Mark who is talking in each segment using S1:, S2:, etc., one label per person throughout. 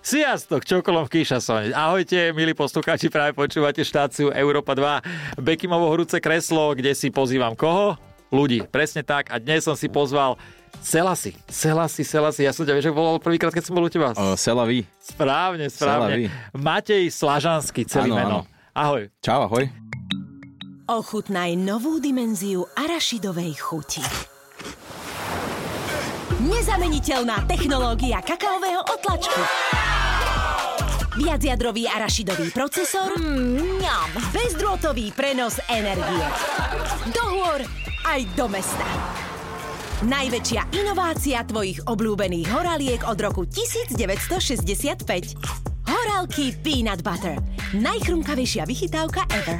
S1: Sziasztok, csokolom kisasszony. Ahojte, milí poslucháči, práve počúvate štáciu Európa 2, Bekimovo horúce kreslo, kde si pozývam koho? Ľudí, presne tak. A dnes som si pozval Selasy, Selasy, Selasy. Ja som ťa vieš, ako volal prvýkrát, keď som bol u teba.
S2: Uh, Selavi.
S1: Správne, správne.
S2: Selavi.
S1: Matej Slažanský, celý
S2: Áno,
S1: meno.
S2: áno.
S1: Ahoj.
S2: Čau, ahoj.
S3: Ochutnaj novú dimenziu arašidovej chuti. Nezameniteľná technológia kakaového otlačku. Viacjadrový arašidový procesor. Mňam. Bezdrôtový prenos energie. Do hôr aj do mesta. Najväčšia inovácia tvojich obľúbených horaliek od roku 1965. Horálky Peanut Butter. Najchrumkavejšia vychytávka ever.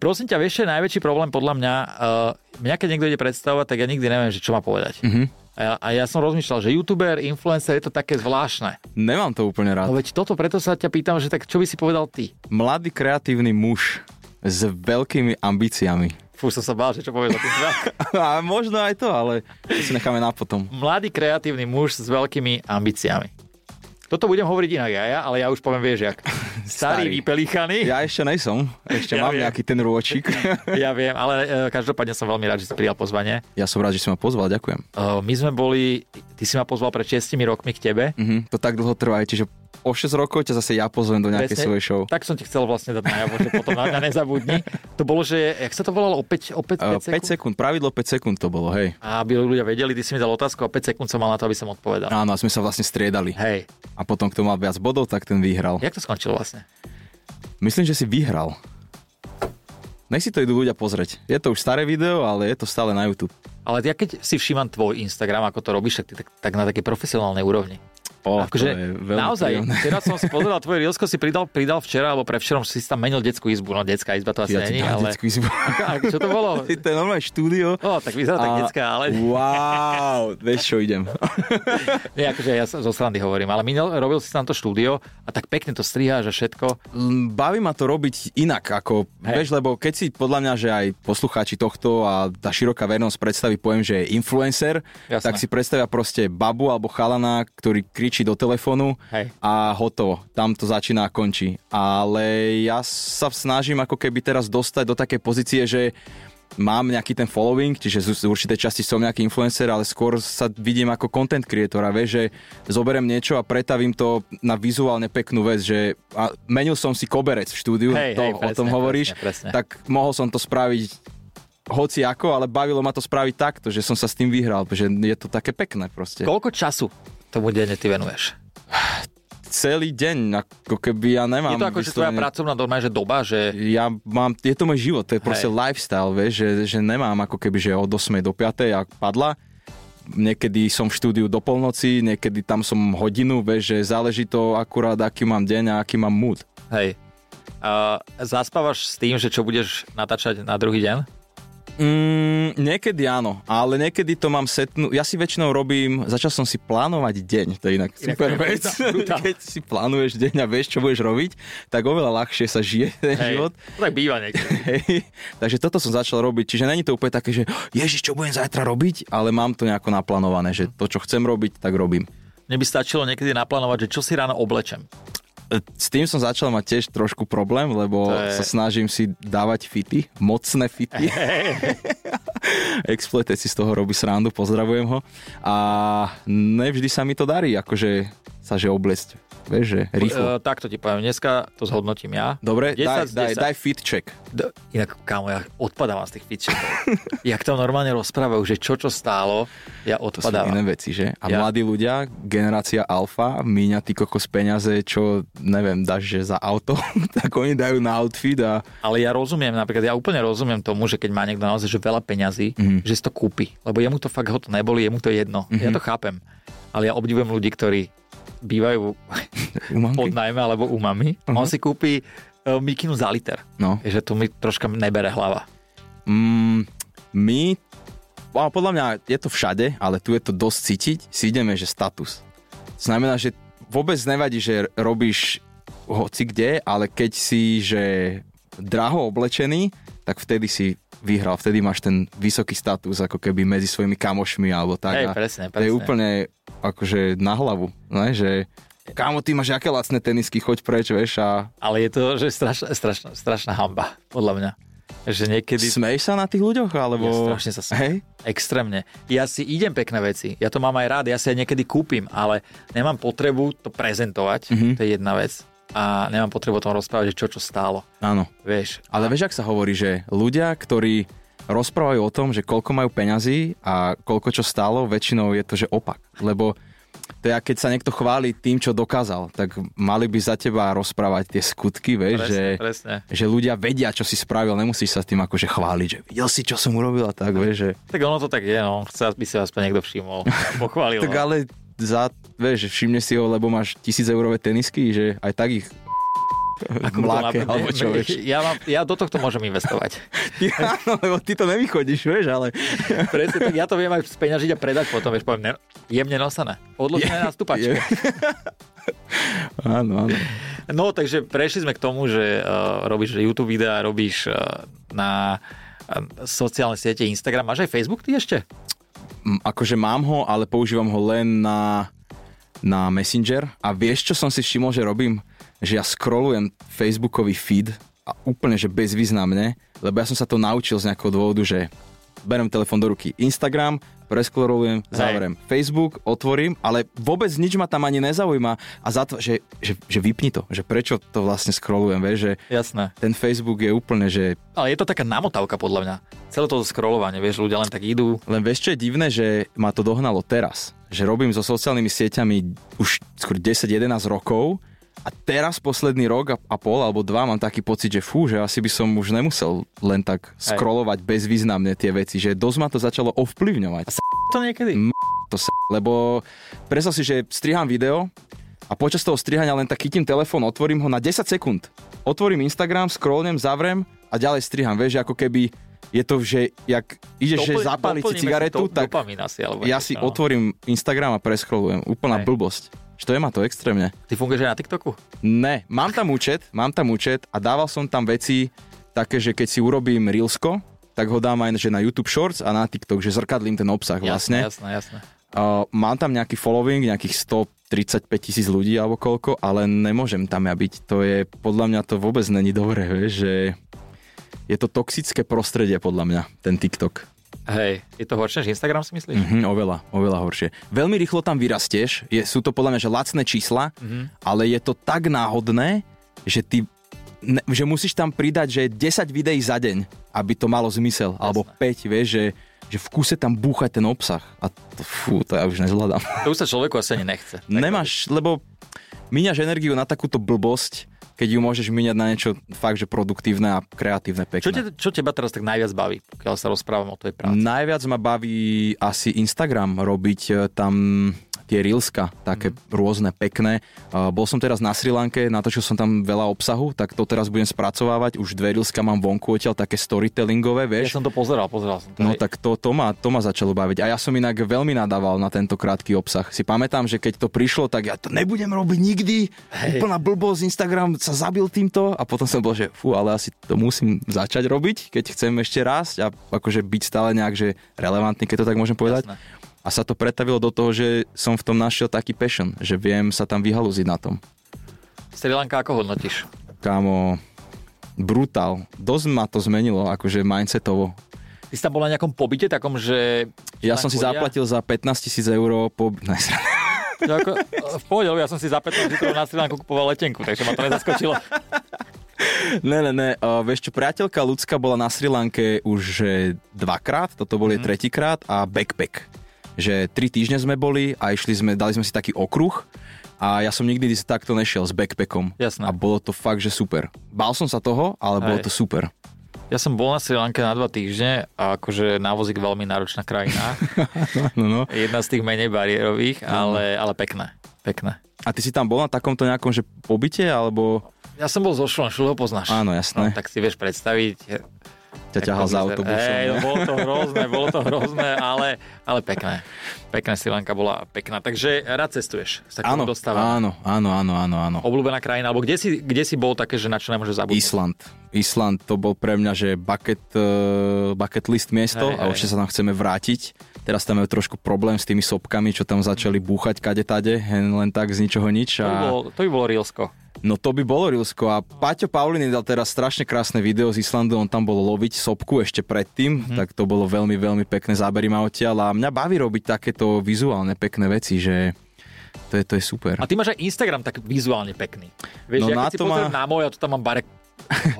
S1: Prosím ťa, vieš, čo je najväčší problém podľa mňa? Uh, mňa keď niekto ide predstavovať, tak ja nikdy neviem, že čo má povedať. Uh-huh.
S2: Mhm.
S1: A, ja, a ja som rozmýšľal, že youtuber, influencer je to také zvláštne.
S2: Nemám to úplne
S1: No
S2: rád.
S1: veď toto preto sa ťa pýtam, že tak čo by si povedal ty?
S2: Mladý kreatívny muž s veľkými ambíciami.
S1: Fú, som sa bál, že čo povedal ty.
S2: A možno aj to, ale to si necháme na potom.
S1: Mladý kreatívny muž s veľkými ambíciami. Toto budem hovoriť inak ja, ja ale ja už poviem, vieš, jak. Starý,
S2: Starý.
S1: vypelichaný. Ja.
S2: Ja ešte nejsom, ešte
S1: Ja
S2: ja mám
S1: viem.
S2: nejaký ten rôčik.
S1: ja viem, ale e, každopádne som veľmi rád, že si prijal pozvanie.
S2: ja som rád, že si ma pozval, ďakujem.
S1: E, my sme boli, ty si ma pozval pred 6 rokmi k tebe.
S2: Mhm, to tak dlho trvá, čiže o 6 rokov ťa zase ja pozvem do nejakej
S1: Presne.
S2: svojej show.
S1: Tak som ti chcel vlastne dať najavo, že potom na mňa nezabudni. To bolo, že, jak sa to volalo, opäť, opäť
S2: Uh,
S1: 5
S2: 5
S1: sekúnd?
S2: sekúnd, pravidlo 5 sekúnd to bolo, hej.
S1: Aby ľudia vedeli, ty si mi dal otázku a 5 sekúnd som mal na to, aby som odpovedal.
S2: Áno, a sme sa vlastne striedali.
S1: Hej,
S2: A potom kto mal viac bodov, tak ten vyhral.
S1: jak to skončilo vlastne?
S2: Myslím, že si vyhral. Nech si to idú ľudia pozrieť. Je to už staré video, ale je to stále na YouTube.
S1: Ale ja keď si všímam tvoj Instagram, ako to robíš, tak, ty tak, tak na takej profesionálnej úrovni.
S2: O,
S1: akože,
S2: to je veľmi
S1: naozaj,
S2: príjemné.
S1: teraz som si pozeral tvoje Reelsko, si pridal, pridal včera, alebo prevčerom si tam menil detskú izbu, no detská izba to asi
S2: Ja
S1: není,
S2: ti dám
S1: ale...
S2: detskú izbu.
S1: A čo to bolo?
S2: to je normálne štúdio.
S1: O, tak vyzerá tak
S2: A-
S1: detská, ale...
S2: Wow, vieš čo, idem.
S1: Nie, akože ja sa- zo srandy hovorím, ale minul, robil si tam to štúdio a tak pekne to striháš a všetko.
S2: Mm, Baví ma to robiť inak, ako,
S1: Hej.
S2: vieš, lebo keď si podľa mňa, že aj poslucháči tohto a tá široká vernosť predstaví pojem, že je influencer,
S1: Jasné.
S2: tak si predstavia proste babu alebo chalana, ktorý kričí do telefónu
S1: Hej.
S2: a hotovo, tam to začína a končí. Ale ja sa snažím ako keby teraz dostať do takej pozície, že mám nejaký ten following, čiže z z určitej časti som nejaký influencer, ale skôr sa vidím ako content creator a vieš, že zoberiem niečo a pretavím to na vizuálne peknú vec, že a menil som si koberec v štúdiu,
S1: Hej,
S2: to,
S1: hej,
S2: o tom
S1: presne,
S2: hovoríš,
S1: presne, presne.
S2: tak mohol som to spraviť hoci ako, ale bavilo ma to spraviť takto, že som sa s tým vyhral, že je to také pekné proste.
S1: Koľko času tomu denne ty venuješ?
S2: Celý deň, ako keby ja nemám
S1: Je to ako, že tvoja
S2: vyslovene-
S1: pracovná doma, že doba, že...
S2: ja mám, je to môj život, to je proste
S1: Hej.
S2: lifestyle, vieš, že, že nemám ako keby, že od 8 do 5 a padla. Niekedy som v štúdiu do polnoci, niekedy tam som hodinu, vieš, že záleží to akurát, aký mám deň a aký mám mood.
S1: Hej. A zaspávaš s tým, že čo budeš natáčať na druhý deň?
S2: Mm, niekedy áno, ale niekedy to mám setnú. Ja si väčšinou robím, začal som si plánovať deň, to je inak
S1: to
S2: super
S1: je
S2: vec.
S1: brutál, brutál.
S2: Keď si plánuješ deň a vieš, čo budeš robiť, tak oveľa ľahšie sa žije ten
S1: Hej.
S2: život.
S1: To tak býva niekde.
S2: Hej, takže toto som začal robiť, čiže není to úplne také, že ježiš, čo budem zajtra robiť, ale mám to nejako naplánované, že to, čo chcem robiť, tak robím.
S1: Mne by stačilo niekedy naplánovať, že čo si ráno oblečem.
S2: E, S tým som začal mať tiež trošku problém, lebo
S1: To je-
S2: sa snažím si dávať fity, mocné fity. Exploited si z toho robí srandu, pozdravujem ho. A nevždy sa mi to darí, akože sa že obliecť, vieš, že rýchlo.
S1: E, takto ti poviem, dneska to zhodnotím ja. 10
S2: Dobre, daj,
S1: z
S2: daj,
S1: 10.
S2: daj fit check.
S1: D- Inak, kámo, ja odpadávam z tých fitčekov. Jak tam normálne rozprávajú, že čo čo stálo, ja
S2: To sú
S1: odpadávam.
S2: iné veci, že?
S1: Ja-
S2: A ja. mladí ľudia, generácia alfa, míňa ty kokos peniaze, čo, neviem, dáš, že za auto, tak oni dajú na outfit a
S1: Ale ja rozumiem, napríklad ja úplne rozumiem tomu, že keď má niekto naozaj že veľa peňazí, mm.
S2: Mhm.
S1: že si to kúpi. Lebo jemu to fakt ho to neboli, jemu to je jedno. Mm-hmm. Ja to chápem. Ale ja obdivujem ľudí, ktorí bývajú
S2: u mamky.
S1: pod najmä alebo u mami. Uh-huh.
S2: Mhm.
S1: On si kúpi uh, mikinu za liter.
S2: No.
S1: Že to mi troška nebere hlava.
S2: Mm, my, a podľa mňa je to všade, ale tu je to dosť cítiť, si ideme, že status. Znamená, že vôbec nevadí, že robíš hoci kde, ale keď si, že draho oblečený, tak vtedy si vyhral, vtedy máš ten vysoký status ako keby medzi svojimi kamošmi alebo tak.
S1: Hej,
S2: A
S1: presne,
S2: To je
S1: presne.
S2: úplne akože na hlavu, ne? že kámo, ty máš aké lacné tenisky, choď preč, vieš, a
S1: Ale je to, že strašná, strašná, strašná hamba, podľa mňa. Že niekedy...
S2: smeješ sa na tých ľuďoch, alebo...
S1: Ja strašne sa smejem.
S2: Hej?
S1: Extrémne. Ja si idem pekné veci, ja to mám aj rád, ja si aj niekedy kúpim, ale nemám potrebu to prezentovať,
S2: Mhm.
S1: to je jedna vec. A nemám potrebu o tom rozprávať, že čo čo stálo.
S2: Áno.
S1: Vieš,
S2: Ale vieš, ak sa hovorí, že ľudia, ktorí rozprávajú o tom, že koľko majú peňazí a koľko čo stálo, väčšinou je to, že opak. Lebo to je, ako keď sa niekto chváli tým, čo dokázal, tak mali by za teba rozprávať tie skutky, vieš,
S1: presne,
S2: že,
S1: presne.
S2: že ľudia vedia, čo si spravil, nemusíš sa tým akože chváliť, že videl si, čo som urobil a tak, vieš, že...
S1: Tak ono to tak je, no. Chce, aby si vás to niekto všimol. a Pochválil.
S2: Tak
S1: no.
S2: ale za, vieš, všimne si ho, lebo máš tisíc eurové tenisky, že aj tak ich
S1: Ako to
S2: mláke,
S1: napr-
S2: alebo čo, vieš.
S1: ja, mám, ja do tohto môžem investovať.
S2: Áno, lebo ty to nevychodíš, vieš, ale...
S1: Presne, tak ja to viem aj speňažiť a predať potom, vieš, poviem, ne, jemne nosené. Odložené na stupačke.
S2: Je- Áno, áno.
S1: No, takže prešli sme k tomu, že uh, robíš YouTube videá, robíš uh, na uh, sociálne siete Instagram. Máš aj Facebook ty ešte?
S2: M- Akože mám ho, ale používam ho len na, na Messenger. A vieš, čo som si všimol, že robím? Že ja scrollujem Facebookový feed a úplne, že bezvýznamne, lebo ja som sa to naučil z nejakého dôvodu, že berem telefon do ruky Instagram, preskrolujem, zavriem Facebook, otvorím, ale vôbec nič ma tam ani nezaujíma a zatv- že, že, že vypni to, že prečo to vlastne scrollujem, vieš, že
S1: Jasné.
S2: ten Facebook je úplne, že
S1: Ale je to taká namotavka podľa mňa. Celé to scrollovanie, vieš, ľudia len tak idú.
S2: Len vieš, čo je divné, že ma to dohnalo teraz. Že robím so sociálnymi sieťami už skôr 10-11 rokov a teraz posledný rok a, a pol alebo dva mám taký pocit, že fú, že asi by som už nemusel len tak scrollovať bezvýznamne tie veci, že dosť ma to začalo ovplyvňovať.
S1: To niekedy.
S2: To sa, lebo predstav si, že striham video a počas toho strihania len tak chytím telefón, otvorím ho na 10 sekúnd. Otvorím Instagram, scrollnem, zavrem a ďalej striham. Vieš, že ako keby je to, že jak ideš že
S1: Dopl-
S2: zapáliť si
S1: doplníme
S2: cigaretu,
S1: do-
S2: tak
S1: dopamín asi, alebo
S2: ja
S1: niečo,
S2: si
S1: no.
S2: otvorím Instagram a preskrolujem. Úplná
S1: Hej.
S2: blbosť. Čo je ma to extrémne?
S1: Ty funguješ aj na TikToku?
S2: Ne, mám tam účet, mám tam účet a dával som tam veci také, že keď si urobím Reelsko, tak ho dám aj že na YouTube Shorts a na TikTok, že zrkadlím ten obsah vlastne.
S1: Jasné, jasné.
S2: Uh, mám tam nejaký following, nejakých 135 tisíc ľudí alebo koľko, ale nemôžem tam ja byť. To je, podľa mňa to vôbec není dobré, vieš, že je to toxické prostredie podľa mňa, ten TikTok.
S1: Hej, je to horšie než Instagram si myslíš?
S2: Mhm, oveľa, oveľa horšie. Veľmi rýchlo tam vyrastieš, je, sú to podľa mňa že lacné čísla, ale je to tak náhodné, že ty ne, že musíš tam pridať, že 10 videí za deň, aby to malo zmysel, alebo 5, vieš, že, že v kuse tam búchať ten obsah. A to, fú, to ja už nezvládam.
S1: To už sa človeku asi ani nechce. Tak
S2: Nemáš, lebo míňaš energiu na takúto blbosť, keď ju môžeš míňať na niečo fakt, že produktívne a kreatívne pekné.
S1: Čo, te, čo teba teraz tak najviac baví, pokiaľ sa rozprávam o tvojej práci?
S2: Najviac ma baví asi Instagram robiť e, tam tie reelska, také rôzne, pekné. Uh, bol som teraz na Sri Lanke, natočil som tam veľa obsahu, tak to teraz budem spracovávať. Už dve reelska mám vonku odtiaľ, také storytellingové,
S1: Ja
S2: vieš.
S1: som to pozeral, pozeral som to. hej.
S2: No tak to, to, ma, to ma začalo baviť. A ja som inak veľmi nadával na tento krátky obsah. Si pamätám, že keď to prišlo, tak ja to nebudem robiť nikdy.
S1: Hej.
S2: Úplná blbosť, Instagram sa zabil týmto. A potom som bol, že fú, ale asi to musím začať robiť, keď chcem ešte rásť a akože byť stále nejak že relevantný, keď to tak môžem povedať.
S1: Jasné.
S2: A sa to pretavilo do toho, že som v tom našiel taký passion, že viem sa tam vyhalúziť na tom.
S1: Sri Lanka ako hodnotíš?
S2: Kámo, brutál. Dosť ma to zmenilo, akože mindsetovo.
S1: Ty si tam bol na nejakom pobyte takom, že...
S2: Ja
S1: že
S2: som si
S1: chodia?
S2: zaplatil za 15 tisíc eur po... Ne, sranda.
S1: To Ako, v pohode, lebo ja som si za 15 litrov na Sri Lanku kupoval letenku, takže ma to nezaskočilo.
S2: ne, ne, ne. Uh, vieš čo, priateľka ľudská bola na Sri Lanke už že dvakrát, toto bol jej
S1: Mhm.
S2: tretíkrát a backpack. Že tri týždne sme boli a išli sme, dali sme si taký okruh a ja som nikdy takto nešiel s backpackom.
S1: Jasné.
S2: A bolo to fakt, že super. Bál som sa toho, ale bolo
S1: Hej.
S2: to super.
S1: Ja som bol na Sri Lanke na dva týždne a akože návozík veľmi náročná krajina.
S2: No, no.
S1: Jedna z tých menej bariérových, ale, ale pekné. Pekné.
S2: A ty si tam bol na takomto nejakom, že pobyte, alebo
S1: Ja som bol zo Šlonšu, ho poznáš.
S2: Áno,
S1: No,
S2: jasné.
S1: tak si vieš predstaviť.
S2: ťa ťahal za autobusom?
S1: Hej, no,
S2: ne?
S1: bolo to hrozné, bolo to hrozné, ale, ale pekné. Pekná Sri Lanka bola pekná. Takže rád cestuješ. S takou
S2: áno,
S1: dostavou.
S2: áno, áno, áno, áno, áno.
S1: Obľúbená krajina, alebo kde si, kde si bol také, že na čo nemôže zabudnúť?
S2: Island. Island to bol pre mňa, že bucket, eh, bucket list miesto
S1: Hej,
S2: a
S1: hej.
S2: určite sa tam chceme vrátiť. Teraz tam je trošku problém s tými sopkami, čo tam začali búchať kade tade, hen len tak z ničoho nič.
S1: To by
S2: A...
S1: bolo, to by bolo Rilsko.
S2: No to by bolo Rilsko a Paťo Paulini dal teraz strašne krásne video z Islandu, on tam bol loviť sopku ešte predtým,
S1: Mhm.
S2: mm. tak to bolo veľmi, veľmi pekné, zábery ma odtiaľ a mňa baví robiť takéto vizuálne pekné veci, že to je, to je super.
S1: A ty máš aj Instagram tak vizuálne pekný. Vieš, no,
S2: No
S1: ja
S2: na
S1: keď si
S2: to má-
S1: pozriem na môj, ja tu tam mám barek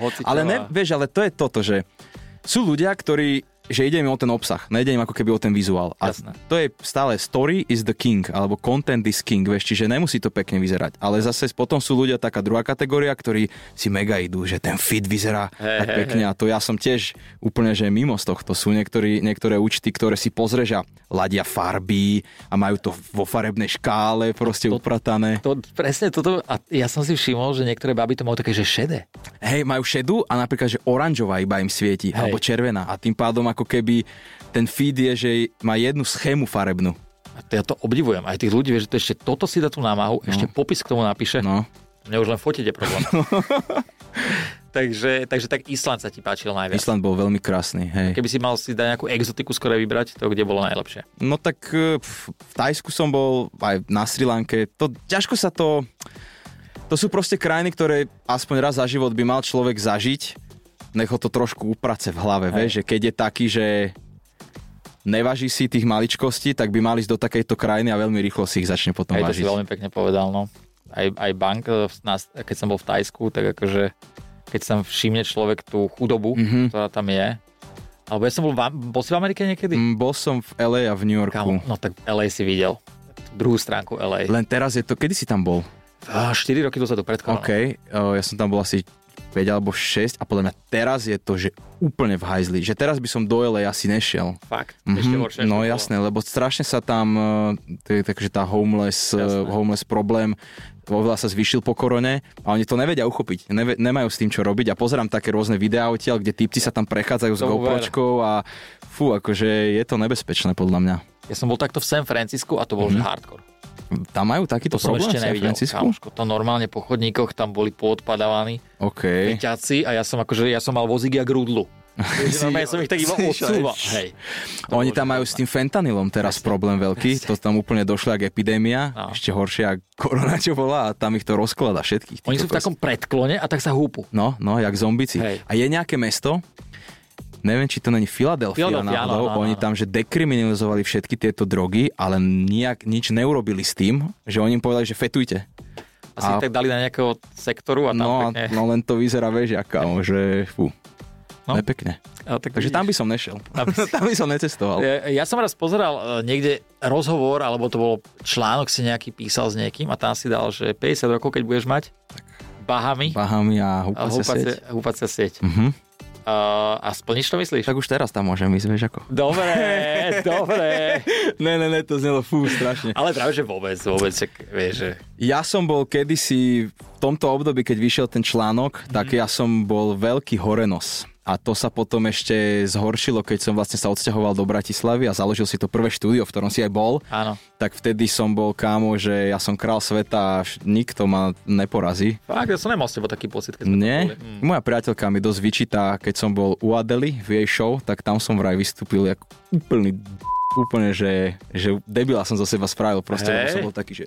S1: hocičo
S2: Ale ne,
S1: a-
S2: vieš, ale to je toto, že sú ľudia, ktorí že ide im o ten obsah, nejde im ako keby o ten vizuál. A
S1: Jasné.
S2: to je stále story is the king, alebo content is king, vieš, čiže nemusí to pekne vyzerať. Ale zase potom sú ľudia taká druhá kategória, ktorí si mega idú, že ten fit vyzerá
S1: Hej,
S2: tak
S1: hej,
S2: pekne a to ja som tiež úplne, že mimo z tohto. Sú niektorí, niektoré účty, ktoré si pozrieš a ladia farby a majú to vo farebnej škále proste upratané.
S1: To, presne toto, a ja som si všimol, že niektoré baby to majú také, že šedé.
S2: Hej, majú šedú a napríklad, že oranžová iba im
S1: Hej.
S2: svieti, Hej. alebo červená. A tým pádom ako keby ten feed je, že má jednu schému farebnú.
S1: A to, ja to obdivujem, aj tých ľudí, vieš, že to ešte toto si dá tú námahu, no. ešte popis k tomu napíše. No.
S2: No.
S1: Mne už len fotiť je problém. takže, takže tak Island sa ti páčil najviac.
S2: Island bol veľmi krásny, hej.
S1: Keby si mal si dať nejakú exotiku skore vybrať, to kde bolo najlepšie.
S2: No tak e, pf, v Tajsku som bol, aj na Sri Lanke. To, ťažko sa to... To sú proste krajiny, ktoré aspoň raz za život by mal človek zažiť. Nech ho to trošku uprace v hlave, vieš, že keď je taký, že nevaží si tých maličkostí, tak by mal ísť do takejto krajiny a veľmi rýchlo si ich začne potom
S1: Aj to si
S2: vážiť.
S1: veľmi pekne povedal, no. Aj, aj bank, e, v- na- keď som bol v Tajsku, tak akože, keď sa všimne človek tú chudobu,
S2: Mhm.
S1: mm-hmm. ktorá tam je, alebo ja som bol, v, Am- bol si v Amerike niekedy?
S2: Mm, Bol som v LA a v New Yorku.
S1: Kámo, no tak LA si videl. Tú Druhú stránku LA. Le-
S2: Len teraz je to, kedy si tam bol?
S1: 4 roky dozadu pred koronou.
S2: OK, o, ja som tam bol asi 5 alebo 6 a podľa mňa teraz je to, že úplne v hajzli, že teraz by som do LA asi nešiel.
S1: Fakt. Mm-hmm. Ešte horšie. než
S2: Mhm, no
S1: to bolo.
S2: jasné, lebo strašne sa tam, e, to je takže tá homeless, e,
S1: Jasné.
S2: homeless problém oveľa sa zvyšil po korone a oni to nevedia uchopiť, neve, nemajú s tým čo robiť a pozerám také rôzne videá odtiaľ, kde typci sa tam prechádzajú s
S1: Tomu ver.
S2: GoPročkou a fú, akože je to nebezpečné podľa mňa.
S1: Ja som bol takto v San Francisku a to bol mm-hmm. že hardcore.
S2: Tam majú takýto
S1: To som
S2: Mhm. problém
S1: ešte
S2: v San
S1: nevidel.
S2: Francisku?
S1: Kámoško, to normálne po chodníkoch tam boli poodpadávaní
S2: OK.
S1: peťaci a ja som akože, ja som mal vozíky a grúdlu.
S2: Si-
S1: Takže normálne som ich tak iba
S2: si išiel aj-
S1: odsúval. Hej. To
S2: Oni
S1: bolo, že
S2: tam majú s tým fentanylom teraz problém veľký, to tam úplne došlo jak epidémia,
S1: No.
S2: ešte horšia korona, čo bola a tam ich to rozklada všetkých. ty
S1: Oni sú v
S2: kokos.
S1: takom predklone a tak sa húpu.
S2: No, no, jak zombici.
S1: Hej.
S2: A je nejaké mesto, neviem, či to není Filadelfia
S1: Filadelfia,
S2: náhodou,
S1: áno, áno,
S2: oni
S1: áno.
S2: tam, že dekriminalizovali všetky tieto drogy, ale nijak, nič neurobili s tým, že oni im povedali, že fetujte.
S1: Asi
S2: A-
S1: a... tak dali na nejakého sektoru a tam
S2: No, a-
S1: pekne.
S2: no len to vyzerá, vieš, aká, že fú,
S1: No.
S2: no. nepekne.
S1: Ale tak
S2: Takže tam by som nešiel.
S1: Tam by si-
S2: tam by som necestoval.
S1: Ja- Ja som raz pozeral e, niekde rozhovor, alebo to bol článok, si nejaký písal s niekým a tam si dal, že 50 rokov, keď budeš mať, Bahami
S2: Bahami
S1: a
S2: a húpacia sieť.
S1: húpacia- húpacia sieť.
S2: Mhm.
S1: A, a splníš to, myslíš?
S2: Tak už teraz tam môžem ísť, vieš ako.
S1: Dobre, dobre.
S2: Ne, ne, ne, to znelo fú, strašne.
S1: Ale práve, že vôbec, vôbec, že, vieš, že...
S2: Ja som bol kedysi v tomto období, keď vyšiel ten článok, tak ja som bol veľký horenos. A to sa potom ešte zhoršilo, keď som vlastne sa odsťahoval do Bratislavy a založil si to prvé štúdio, v ktorom si aj bol.
S1: Áno.
S2: Tak vtedy som bol kámo, že ja som král sveta a vš- nikto ma neporazí.
S1: Fakt, ja som nemal s tebou taký pocit, keď sme
S2: Nie?
S1: to boli. Mm.
S2: Moja priateľka mi dosť vyčítá, keď som bol u Adely v jej show, tak tam som vraj vystúpil ako úplný d- úplne, že, že debila som zo seba spravil proste, lebo
S1: Hej.
S2: som bol taký, že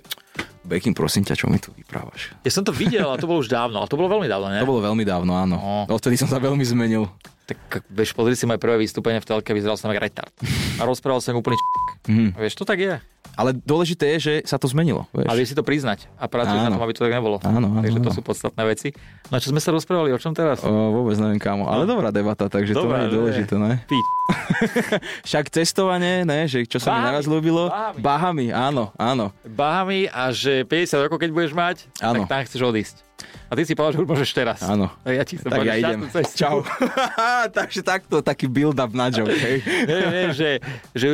S2: Bekim, prosím ťa, čo mi tu vyprávaš?
S1: Ja som to videl, ale to bolo už dávno, ale to bolo veľmi dávno, ne?
S2: To bolo veľmi dávno, áno.
S1: Eh. No.
S2: Odtedy som sa veľmi zmenil.
S1: Tak vieš, pozri si moje prvé vystúpenie v telke, vyzeral som ako retard. A rozprával som úplný č**k.
S2: Mhm.
S1: Vieš, to tak je.
S2: Ale dôležité je, že sa to zmenilo. Vieš?
S1: A vieš si to priznať. A pracuješ na
S2: Áno.
S1: tom, aby to tak nebolo.
S2: Áno, áno,
S1: Takže to
S2: áno.
S1: sú podstatné veci. No a čo sme sa rozprávali, o čom teraz?
S2: O, vôbec neviem kámo, ale dobrá debata, takže
S1: No. Dobrá,
S2: to nie je
S1: že?
S2: dôležité, ne?
S1: Ty.
S2: Však cestovanie, ne, že čo sa mi
S1: Bahami.
S2: najviac ľúbilo,
S1: Bahami.
S2: Bahami, áno, áno.
S1: Bahami a že 50 rokov, keď budeš mať,
S2: Áno.
S1: tak tam chceš odísť. A ty si povedal, že už môžeš teraz.
S2: Áno.
S1: A ja ti chcem
S2: Tak
S1: povedať
S2: ja idem.
S1: šťastnú cestu.
S2: Čau. Takže takto, taký build-up na joke, hej.
S1: Neviem, neviem, že, že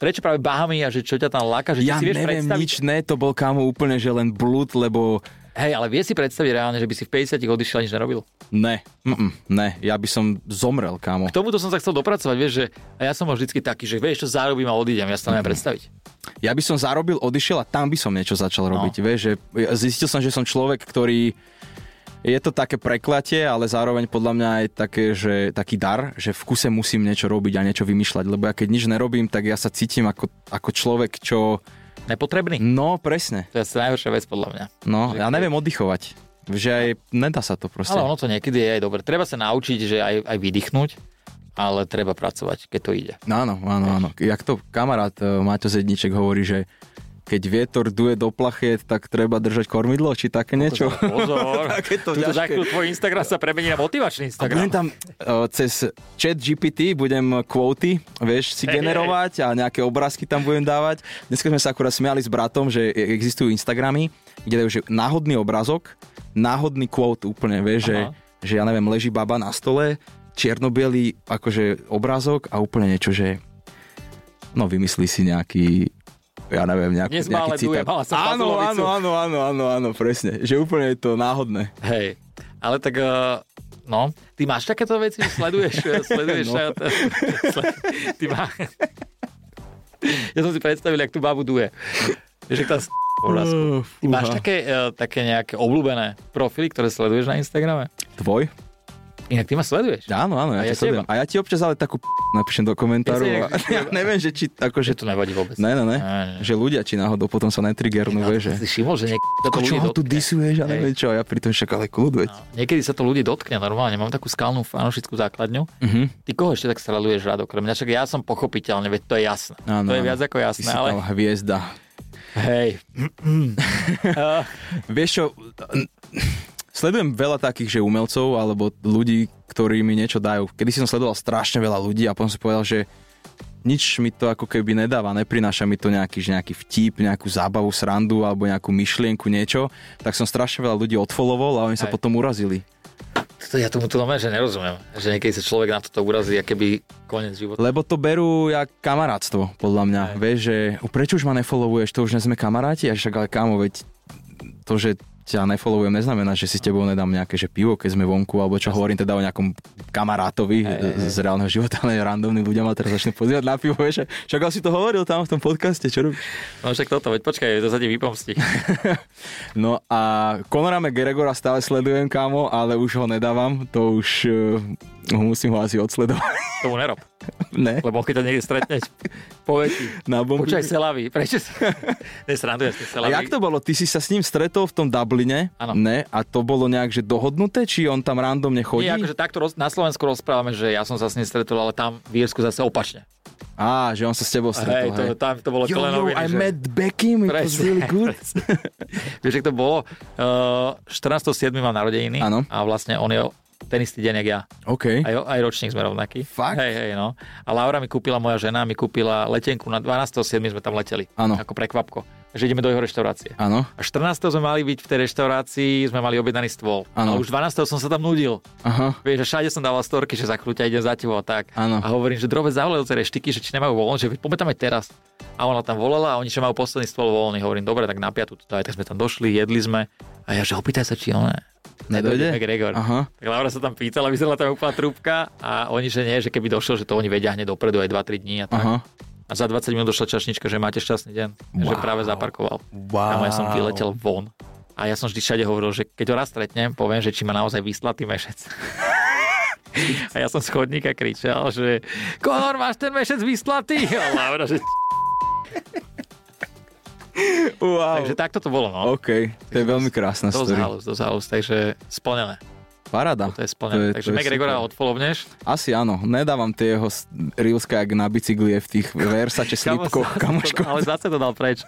S1: prečo práve Bahami a že čo ťa tam láka, že ty
S2: Ja
S1: si vieš
S2: neviem
S1: predstaviť...
S2: nič, ne, to bol kámo úplne, že len blúd, lebo
S1: Hej, ale vie si predstaviť reálne, že by si v 50 odišiel a nič nerobil?
S2: ne, mm, ne, ja by som zomrel, kámo.
S1: K tomuto som sa chcel dopracovať, vieš, že a ja som bol vždycky taký, že vieš, čo zarobím a odídem, ja si to neviem
S2: Mhm.
S1: predstaviť.
S2: Ja by som
S1: No.
S2: zarobil, odišiel a tam by som niečo začal robiť, vieš, že ja zistil som, že som človek, ktorý je to také preklatie, ale zároveň podľa mňa aj také, že, taký dar, že v kuse musím niečo robiť a niečo vymýšľať, lebo ja keď nič nerobím, tak ja sa cítim ako, ako človek, čo...
S1: Nepotrebný.
S2: No, presne.
S1: To je asi najhoršia vec podľa mňa.
S2: No,
S1: Že
S2: ja
S1: keď-
S2: neviem oddychovať. Že aj nedá sa to proste.
S1: Ale ono to niekedy je aj dobre. Treba sa naučiť, že aj, aj vydýchnuť, ale treba pracovať, keď to ide.
S2: Áno, áno, áno. Jak to kamarát e, Maťo Zedniček hovorí, že keď vietor duje do plachiet, tak treba držať kormidlo, či
S1: No
S2: také niečo.
S1: Pozor,
S2: Takéto
S1: Tuto
S2: ťažké.
S1: za chvíľu tvoj Instagram sa premení na motivačný
S2: A
S1: Instagram.
S2: budem tam uh, cez chat GPT, budem kvóty, vieš, si generovať a nejaké obrázky tam budem dávať. Dneska sme sa akurát smiali s bratom, že e- existujú Instagramy, kde dajú, že náhodný obrázok, náhodný kvót úplne, vieš, že,
S1: Aha.
S2: že ja neviem, leží baba na stole, čiernobielý akože obrázok a úplne niečo, že no vymyslí si nejaký ja neviem, nejakú,
S1: Dnes
S2: nejaký
S1: ma ale duje,
S2: citát.
S1: mala som
S2: áno,
S1: pazlovicu.
S2: áno, áno, áno, áno, áno, presne. Že úplne je to náhodné.
S1: Hej, ale tak... eh, No, ty máš takéto veci, že sleduješ, eh, sleduješ,
S2: No.
S1: no. ty má... Ja som si predstavil, jak tú babu duje. Že tam s- obrázku. Ty máš
S2: Fúha.
S1: také, eh, také nejaké obľúbené profily, ktoré sleduješ na Instagrame?
S2: Tvoj?
S1: Inak ty ma sleduješ.
S2: Áno, áno,
S1: A
S2: ja,
S1: ja
S2: ja ťa sledujem.
S1: teba.
S2: A ja ti občas ale takú p- napíšem do komentárov.
S1: Ja si
S2: Ja, ja neviem, že či
S1: Že
S2: akože...
S1: to nevadí vôbec.
S2: Ne, ne, ne.
S1: Ne, ne.
S2: Že ľudia, či náhodou potom sa
S1: Ale
S2: netriggernú, vieš,
S1: Si
S2: že...
S1: všimol, že niek- sa to
S2: Ko,
S1: ľudí
S2: čo ho tu
S1: dotkne.
S2: disuješ,
S1: Hej. No.
S2: ale neviem čo, a ja pritom však ale kľud, veď.
S1: Niekedy sa to ľudí dotkne normálne. Mám takú skalnú fanošickú základňu.
S2: Mhm.
S1: Ty koho ešte tak sleduješ rád okrem mňa? Však ja som pochopiteľne, veď to je jasné. to
S2: Áno,
S1: je
S2: áno.
S1: viac ako
S2: Ty
S1: jasné,
S2: si
S1: ale
S2: tam hviezda.
S1: hej. Eh,
S2: Vieš čo, n- sledujem veľa takých, že umelcov, alebo ľudí, ktorí mi niečo dajú. Kedy som sledoval strašne veľa ľudí a potom som povedal, že nič mi to ako keby nedáva, neprináša mi to nejaký, že nejaký vtip, nejakú zábavu, srandu alebo nejakú myšlienku, niečo, tak som strašne veľa ľudí odfoloval a oni sa
S1: Hej.
S2: potom urazili.
S1: toto, ja tomu to normálne, že nerozumiem. Že niekedy sa človek na toto urazí, aké by koniec života.
S2: Lebo to berú jak kamarátstvo, podľa mňa.
S1: Hej.
S2: Vieš, že "U, prečo už ma nefollowuješ, to už nie sme kamaráti, a však ale kámo, veď to, že ťa nefollowujem, neznamená, že si s tebou nedám nejaké že pivo, keď sme vonku, alebo čo hovorím teda o nejakom kamarátovi
S1: Hej, hej,
S2: z, z reálneho života, ale randomní ľudia ma teraz začnú pozývať na pivo, vieš, že však ale si to hovoril tam v tom podcaste, čo robíš?
S1: No však toto, veď počkaj, to sa ti vypomstí.
S2: No a Conora McGregora stále sledujem, kámo, ale už ho nedávam, to už uh, musím ho asi odsledovať.
S1: Tomu nerob.
S2: ne,
S1: Lebo keď to niekde stretneš, povie ti.
S2: na bombu.
S1: Počkaj, selavý, prečo sa... Nesrandujem si
S2: A
S1: selavý.
S2: jak to bolo? Ty si sa s ním stretol v tom Dubline,
S1: Áno.
S2: ne? A to bolo nejak, že dohodnuté? Či on tam randomne chodí?
S1: Nie, akože takto roz... na Slovensku rozprávame, že ja som sa s ním stretol, ale tam v Írsku zase opačne.
S2: Á, že on sa s tebou
S1: Hej,
S2: stretol,
S1: to,
S2: hej.
S1: tam to bolo
S2: Yo, yo,
S1: členoviny,
S2: I
S1: že-
S2: met Beckham, it was
S1: Presne,
S2: really good.
S1: presne. Vieš, jak to bolo? Uh, 14.7. mám narodeniny
S2: Áno.
S1: a vlastne on je ten istý deň, jak ja.
S2: OK.
S1: Aj, aj ročník sme rovnakí.
S2: Fakt?
S1: Hej, hej, no. A Laura mi kúpila, moja žena mi kúpila letenku na 12.7. sme tam leteli.
S2: Áno.
S1: Ako prekvapko. Že ideme do jeho reštaurácie.
S2: Áno,
S1: A 14. sme mali byť v tej reštaurácii, sme mali objednaný stôl.
S2: Áno.
S1: Ale už 12. som sa tam nudil.
S2: aha.
S1: Vieš, že všade som dával storky, že zakrúťa idem za tebou a tak.
S2: No. Áno.
S1: A hovorím, že drobe zavolajúce reštiky, že či nemajú voľno, že poďme tam aj teraz. A ona tam volala a oni, že majú posledný stôl voľný. Hovorím, dobre, tak na piatu to daj. Tak sme tam došli, jedli sme. A ja, že opýtaj sa, či ona
S2: Nedojde?
S1: Gregor.
S2: Aha.
S1: Tak Laura sa tam pýtala, vyzerala tam úplná trúbka a oni, že nie, že keby došiel, že to oni vedia hneď dopredu aj 2-3 dní a tak.
S2: Aha.
S1: A za 20 minút došla čašnička, že máte šťastný deň, že
S2: Wow.
S1: práve zaparkoval.
S2: Wow.
S1: Kámo, ja som vyletel von. A ja som vždy všade hovoril, že keď ho raz stretnem, poviem, že či ma naozaj vyslatý mešec. A ja som z chodníka kričal, že Konor, máš ten mešec vyslatý? A Laura, že...
S2: Wow.
S1: Takže takto to bolo, no.
S2: OK, to je veľmi krásna
S1: Dosť
S2: story.
S1: halus, dosť halus, takže splnené.
S2: Paráda.
S1: To je splnené. Takže McGregora
S2: super.
S1: odfolovneš.
S2: Asi áno, nedávam tie jeho s- reelska, jak na bicykli je v tých Versace
S1: Kamo,
S2: slípkoch,
S1: zase
S2: kamoško.
S1: to- Ale zase to dal preč.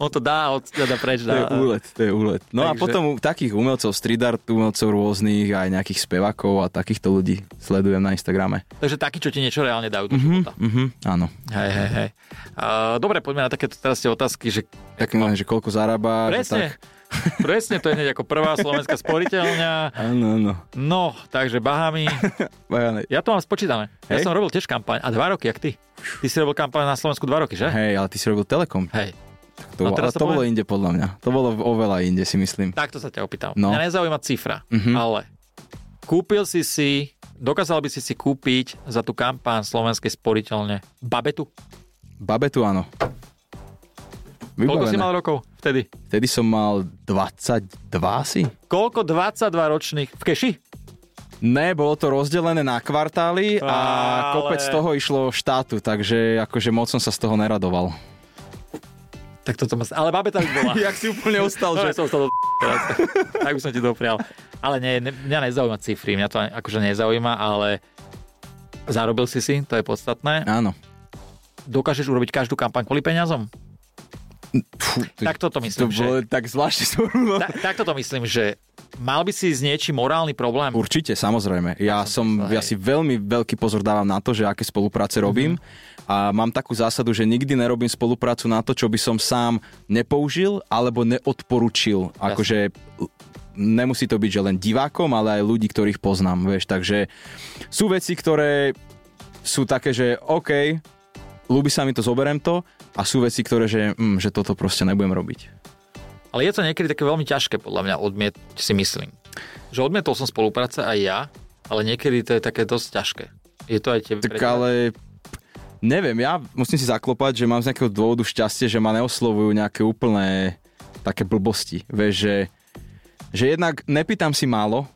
S1: On to dá, od teda preč
S2: To je
S1: dá.
S2: úlet, to je úlet. No a
S1: Takže-
S2: potom u takých umelcov, street art umelcov rôznych, aj nejakých spevakov a takýchto ľudí sledujem na Instagrame.
S1: Takže takí, čo ti niečo reálne dajú do života.
S2: Mhm, áno.
S1: Hej, hej, hej. A, dobre, poďme na takéto teraz tie otázky, že
S2: Tak len, že koľko zarába.
S1: Presne.
S2: Že tak.
S1: Presne, to je hneď ako prvá slovenská sporiteľňa.
S2: Áno, áno.
S1: No, takže Bahami.
S2: Bajane.
S1: Ja to mám spočítané. Ja
S2: Hej.
S1: som robil tiež kampaň. A dva roky, jak ty. Ty si robil kampaň na Slovensku dva roky, že?
S2: Hej, ale ty si robil Telekom.
S1: Hej.
S2: To,
S1: No
S2: no,
S1: teraz
S2: ale
S1: to
S2: to bolo
S1: poviem.
S2: inde podľa mňa. To bolo oveľa inde si myslím.
S1: Takto sa ťa opýtam.
S2: No.
S1: Mňa nezaujíma cifra,
S2: Mhm.
S1: ale kúpil si si, dokázal by si si kúpiť za tú kampaň slovenskej sporiteľne babetu?
S2: Babetu áno.
S1: Koľko si
S2: Vybavené.
S1: mal rokov vtedy?
S2: Vtedy som mal 22 asi.
S1: Koľko 22 ročných? V keši?
S2: Ne, bolo to rozdelené na kvartály a
S1: Ale-
S2: kopec toho išlo štátu, takže akože moc som sa z toho neradoval.
S1: Tak toto ma... Ale babe tam bola.
S2: Jak si úplne ustal,
S1: Ale som sa do teraz. No, tak by som ti doprial. Ale nie, ne, mňa nezaujíma cifry, mňa to ani- akože nezaujíma, ale zarobil si si, to je podstatné.
S2: Áno.
S1: Dokážeš urobiť každú kampaň kvôli peniazom?
S2: Fú, ty-
S1: Tak toto myslím,
S2: to bolo tak zvláštne to bolo.
S1: Ta, takto to myslím, že mal by si s niečím morálny problém.
S2: Určite, samozrejme. Ja, som,
S1: myslel,
S2: ja
S1: hej. Mhm.
S2: si veľmi veľký pozor dávam na to, že aké spolupráce robím a mám takú zásadu, že nikdy nerobím spoluprácu na to, čo by som sám nepoužil alebo neodporučil. Akože nemusí to byť, že len divákom, ale aj ľudí, ktorých poznám, vieš. Takže sú veci, ktoré sú také, že OK, ľúbi sa mi to, zoberem to a sú veci, ktoré, že, mm, že toto proste nebudem robiť.
S1: Ale je to niekedy také veľmi ťažké, podľa mňa, odmiet, si myslím. Že odmietol som spolupráce aj ja, ale niekedy to je také dosť ťažké. Je to aj tebe.
S2: Tak
S1: pre teba?
S2: ale neviem, ja musím si zaklopať, že mám z nejakého dôvodu šťastie, že ma neoslovujú nejaké úplné také blbosti. Vieš, že, že jednak nepýtam si málo e,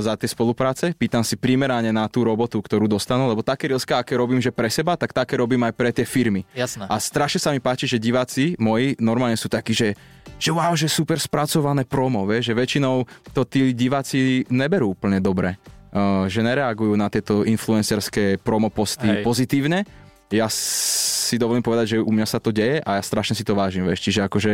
S2: za tie spolupráce, pýtam si primerane na tú robotu, ktorú dostanú, lebo také rilská, aké robím, že pre seba, tak také robím aj pre tie firmy.
S1: Jasné.
S2: A strašne sa mi páči, že diváci moji normálne sú takí, že že wow, že super spracované promo, vieš, že väčšinou to tí diváci neberú úplne dobre. Uh, že nereagujú na tieto influencerské promo posty
S1: Hej.
S2: pozitívne. Ja si dovolím povedať, že u mňa sa to deje a ja strašne si to vážim, vieš, čiže akože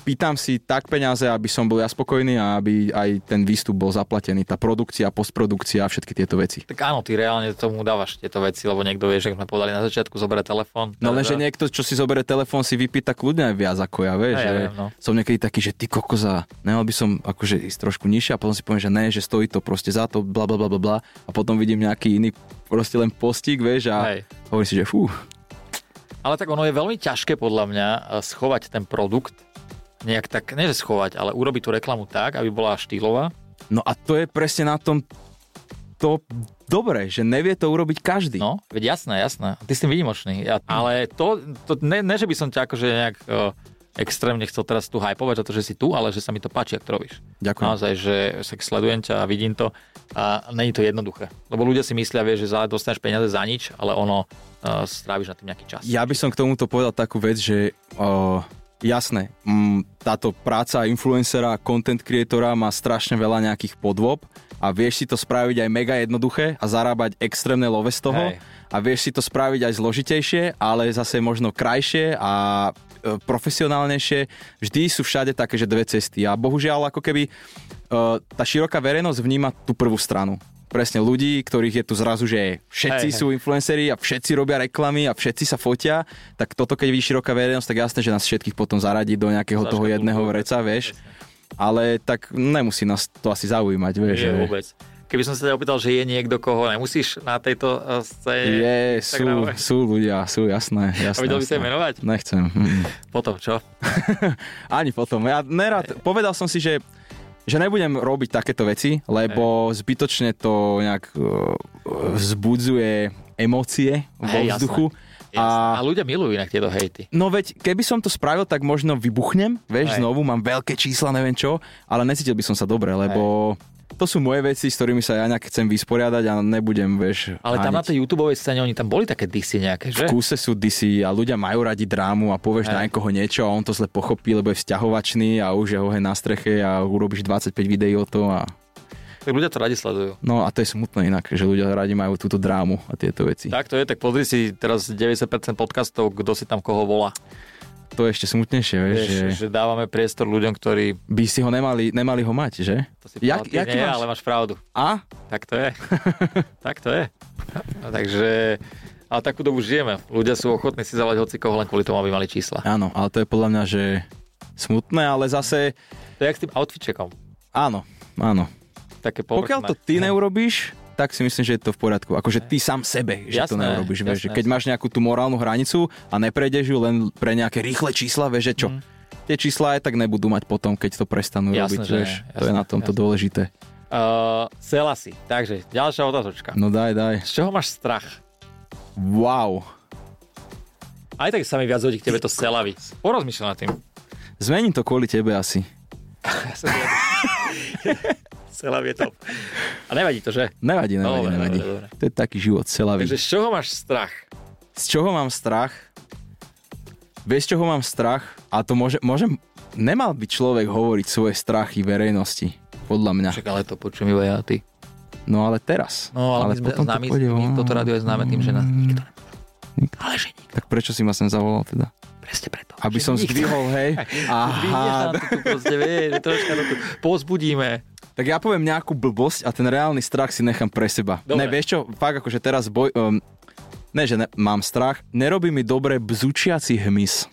S2: pýtam si tak peniaze, aby som bol ja spokojný a aby aj ten výstup bol zaplatený, tá produkcia, postprodukcia a všetky tieto veci.
S1: Tak áno, ty reálne tomu dávaš tieto veci, lebo niekto vie, že sme povedali na začiatku, zoberie telefón.
S2: No lenže niekto, čo si zoberie telefón, si vypýta kľudne aj viac ako ja,
S1: Hej,
S2: vieš.
S1: ja
S2: že
S1: viem, no.
S2: Som niekedy taký, že ty kokoza, nemal by som akože ísť trošku nižšie a potom si poviem, že ne, že stojí to proste za to, bla bla bla bla bla a potom vidím nejaký iný proste len postík, vieš, a
S1: Hej.
S2: hovorím si, že fú,
S1: Ale tak ono je veľmi ťažké podľa mňa eh, schovať ten produkt, nejak tak, nie že schovať, ale urobiť tú reklamu tak, aby bola štýlová.
S2: no a to je presne na tom to dobre, že nevie to urobiť každý.
S1: No, veď jasné, jasné. Ty si výnimočný. Ja, ale to, to ne, ne, že by som ťa akože nejak uh, extrémne chcel teraz tu hypovať za to, že si tu, ale že sa mi to páči, ak to robíš.
S2: Ďakujem.
S1: Naozaj, že sa sledujem ťa a vidím to a není to jednoduché. Lebo ľudia si myslia, vieš, že za, dostaneš peniaze za nič, ale ono uh, stráviš na tým nejaký čas.
S2: Ja by som k tomuto povedal takú vec, že uh, jasné, m, táto práca influencera, content creatora má strašne veľa nejakých podôb a vieš si to spraviť aj mega jednoduché a zarábať extrémne love z toho
S1: Hej.
S2: a vieš si to spraviť aj zložitejšie, ale zase možno krajšie a e, profesionálnejšie. Vždy sú všade také, že dve cesty a bohužiaľ ako keby e, tá široká verejnosť vníma tú prvú stranu. Presne ľudí, ktorých je tu zrazu, že všetci
S1: Hej, hej.
S2: sú influenceri a všetci robia reklamy a všetci sa fotia, tak toto keď vidí široká verejnosť, tak jasné, že nás všetkých potom zaradí do nejakého toho
S1: Zaškatulkujú,
S2: jedného vreca, vieš. Ale tak nemusí nás to asi zaujímať, vieš.
S1: Nie
S2: že-
S1: vôbec. Keby som sa ťa opýtal, že je niekto, koho nemusíš na tejto eh, scéne,
S2: Je,
S1: tak
S2: sú,
S1: dávaj.
S2: sú ľudia, sú, jasné.
S1: A
S2: jasné
S1: vedel by si
S2: jasné.
S1: aj menovať?
S2: Nechcem. Mm.
S1: potom čo?
S2: Ani potom. Ja nerad, povedal som si, že že nebudem robiť takéto veci, lebo zbytočne to nejak uh, vzbudzuje emócie vo
S1: Hej, jasné.
S2: vzduchu.
S1: A... a ľudia milujú inak tieto hejty.
S2: No veď, keby som to spravil, tak možno vybuchnem, vieš,
S1: Hej.
S2: znovu mám veľké čísla, neviem čo, ale necítil by som sa dobre, lebo to sú moje veci, s ktorými sa ja nejak chcem vysporiadať a nebudem, vieš,
S1: Ale tam na
S2: hániť.
S1: tej YouTube scéne oni tam boli také disy nejaké, že?
S2: v kúse sú disy a ľudia majú radi drámu a povieš
S1: Hej.
S2: na niekoho niečo a on to zle pochopí, lebo je vzťahovačný a už je hohe na streche a urobíš 25 videí o to a...
S1: Tak ľudia to radi sledujú.
S2: No a to je smutné inak, že ľudia radi majú túto drámu a tieto veci.
S1: Tak to je, tak podri si teraz 90% podcastov, kto si tam koho volá.
S2: To je ešte smutnejšie, vieš,
S1: Vieš,
S2: že
S1: že dávame priestor ľuďom, ktorí...
S2: by si ho nemali, nemali ho mať, že?
S1: To si
S2: Jak-
S1: povedal ty
S2: jaký
S1: nie,
S2: máš-
S1: ale máš pravdu.
S2: A?
S1: Tak to je. tak to je. A takže... Ale takú dobu žijeme. Ľudia sú ochotní si zavať hocikoho len kvôli tomu, aby mali čísla.
S2: Áno, ale to je podľa mňa, že smutné, ale zase
S1: To je jak s tým outfitčekom.
S2: áno, áno.
S1: Také
S2: Pokiaľ to ty neurobíš, tak si myslím, že je to v poriadku. Akože ty sám sebe, že
S1: Jasné,
S2: to neurobiš. Vieš, že
S1: jasné,
S2: keď máš nejakú tú morálnu hranicu a neprejdeš ju len pre nejaké rýchle čísla, vieš, že čo? Mm. Tie čísla aj tak nebudú mať potom, keď to
S1: Mhm.
S2: prestanú
S1: Jasné,
S2: robiť,
S1: že
S2: vieš.
S1: nie,
S2: to je
S1: jasné,
S2: na tomto
S1: jasné.
S2: dôležité.
S1: Uh, sela si. Takže, ďalšia otázočka.
S2: No daj, daj.
S1: Z čoho máš strach?
S2: Wow.
S1: Aj tak sa mi viac hodí k tebe to z celavy. Porozmýšľam nad tým.
S2: Zmením to kvôli tebe asi.
S1: Ja som zvedavý. Celavy je top. A nevadí to, že?
S2: Nevadí, nevadí,
S1: Dobre,
S2: nevadí.
S1: dobre, dobre.
S2: To je taký život celavý.
S1: Takže z čoho máš strach?
S2: Z čoho mám strach? Bez čoho mám strach? A to môže, môžem... Nemal by človek hovoriť svoje strachy verejnosti, podľa mňa.
S1: Čak, ale to počujem iba ja a ty.
S2: No ale teraz.
S1: No, ale, ale my sme
S2: potom to
S1: známi,
S2: pôjde
S1: my
S2: von.
S1: toto rádio je známe tým, že nás nikto
S2: Nikto.
S1: Ale že nikto,
S2: Tak prečo si ma sem zavolal teda?
S1: presne preto.
S2: Aby
S1: že
S2: som
S1: nikto.
S2: zdvihol, hej. Aha.
S1: Vidíš, to tu proste, vieš, troška to tu pozbudíme.
S2: Tak ja poviem nejakú blbosť a ten reálny strach si nechám pre seba.
S1: Dobre.
S2: Ne, vieš čo, fakt akože teraz boj... Um, ne, že ne, mám strach, nerobí mi dobre bzučiaci hmyz.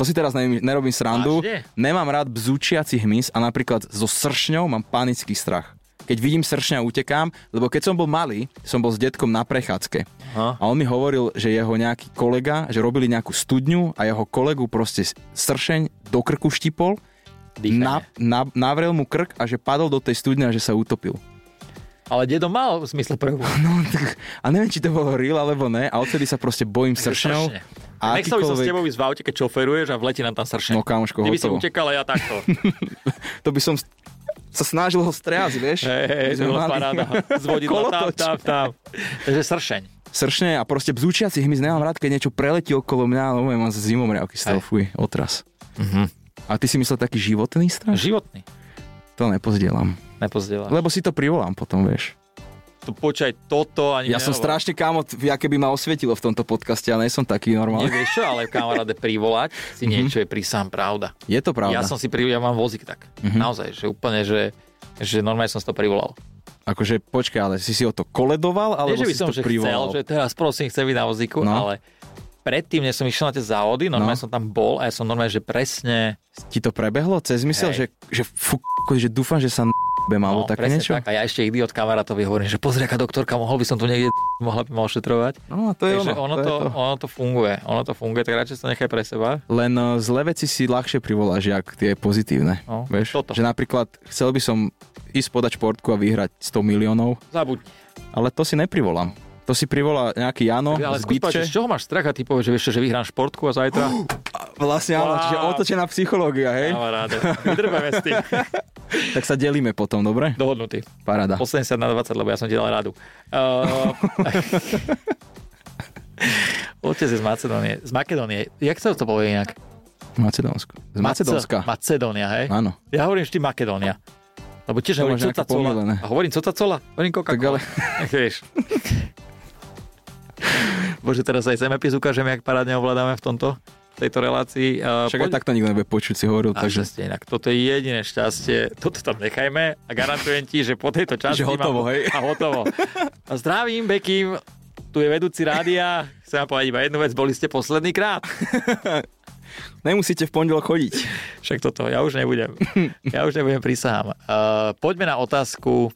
S2: To si teraz nevím, nerobím srandu.
S1: Vážne?
S2: Nemám rád bzučiaci hmyz a napríklad so sršňou mám panický strach. Keď vidím sršňa, utekám, lebo keď som bol malý, som bol s detkom na prechádzke.
S1: Aha.
S2: A on mi hovoril, že jeho nejaký kolega, že robili nejakú studňu a jeho kolegu proste sršeň do krku štipol
S1: Dýchanie.
S2: na, na, navrel mu krk a že padol do tej studne a že sa utopil.
S1: Ale dedo mal v zmysle prvú.
S2: No, tak, a neviem, či to bolo real alebo ne, a odtedy sa proste bojím sršňou.
S1: A Nech sa by som s
S2: akýkoľvek-
S1: tebou ísť v aute, keď šoferuješ a vletí nám tam sršne.
S2: No, kámoško,
S1: Ty by si
S2: hotovo.
S1: utekal a ja takto.
S2: To by som s- sa snažil ho striať, vieš?
S1: Hej, hej,
S2: My
S1: to
S2: sme
S1: bola
S2: mali-
S1: paráda. Zvodidla tam,
S2: Kolotoč.
S1: tam, tam. Takže sršeň.
S2: Sršne a proste bzúčiaci hmyz, nemám rád, keď niečo preletí okolo mňa, ale môj, mám zimomriavky z toho,
S1: Hej.
S2: fuj, otras. Mhm. A ty si myslel taký životný strach?
S1: Životný.
S2: To nepozdielam.
S1: Nepozdieľa.
S2: Lebo si to privolám potom, vieš.
S1: To počaj toto ani
S2: Ja som
S1: nehovor.
S2: strašne kámo, t- ja keby ma osvietilo v tomto podcaste, ja nie som taký
S1: Nie,
S2: normálny.
S1: vieš čo, ale kamaráde privolať si niečo je prísam pravda.
S2: Je to
S1: pravda.
S2: Mhm. pravda. Mhm.
S1: Ja som si privolal, ja mám vozík tak. Mm-hmm. Naozaj, že úplne, že, že normálne som si to privolal.
S2: Akože počkaj, ale si si o to koledoval,
S1: Ale
S2: alebo
S1: Nie, že by
S2: si
S1: som
S2: to
S1: že
S2: privolal?
S1: chcel, že teraz prosím, chcem byť na vozíku,
S2: No.
S1: no. ale predtým, než som išiel na tie závody, normálne
S2: No.
S1: no. som tam bol a ja som normálne, že presne...
S2: Ti to prebehlo cez mysel, že,
S1: Hej. No,
S2: že, fú, že dúfam, že sa n***bem, alebo No, také
S1: presne
S2: niečo?
S1: Tak. A ja ešte idiot kamarátovi hovorím, že pozri, aká doktorka, mohol by som tu niekde mohla by ma ošetrovať.
S2: No a to je
S1: Takže
S2: ono,
S1: ono,
S2: to,
S1: to,
S2: je to.
S1: ono to funguje, ono to funguje, tak radšej to nechaj pre seba.
S2: Len eh, zlé veci si ľahšie privoláš, jak tie pozitívne.
S1: No,
S2: vieš?
S1: toto.
S2: Že napríklad chcel by som ísť podať športku a vyhrať 100 miliónov,
S1: Zabudni.
S2: ale to si neprivolám. To si privolá nejaký Jano
S1: Ale
S2: z
S1: skús povedať, z
S2: Bytče.
S1: čoho máš strach a ty povieš, že vieš čo, že vyhrám športku a zajtra...
S2: Vlastne áno,
S1: Wow.
S2: čiže otočená psychológia, hej?
S1: Kamaráde, vydrbeme s tým.
S2: Tak sa delíme potom, dobre?
S1: Dohodnutý.
S2: Parada.
S1: 80 na 20, lebo ja som ti dal radu. Uh, Otec je z Macedónie. Z Makedónie. Jak sa to povie inak?
S2: Macedónsko. Z Macedónska.
S1: Macedónia, hej?
S2: Áno.
S1: Ja hovorím vždy Makedónia. Lebo tiež
S2: To
S1: hovorím
S2: máš nejako
S1: coca cola.
S2: pomýlené.
S1: A hovorím coca cola, hovorím coca
S2: Tak ale-
S1: cola. Vieš. Bože, teraz aj zemepis ukážem, jak parádne ovládame v tomto v tejto relácii. Uh,
S2: Však aj
S1: poď-
S2: takto nikto nebude počuť, si hovoril,
S1: A
S2: takže...
S1: šťastie inak. Toto je jediné šťastie. Toto tam nechajme a garantujem ti, že po tejto časti...
S2: Že hotovo,
S1: mám...
S2: hej?
S1: A hotovo. A zdravím, Bekim. Tu je vedúci rádia. Chcem vám povedať iba jednu vec. Boli ste posledný krát.
S2: Nemusíte v pondelok chodiť.
S1: Však toto, ja už nebudem. Ja už nebudem, prísahám. Uh, poďme na otázku,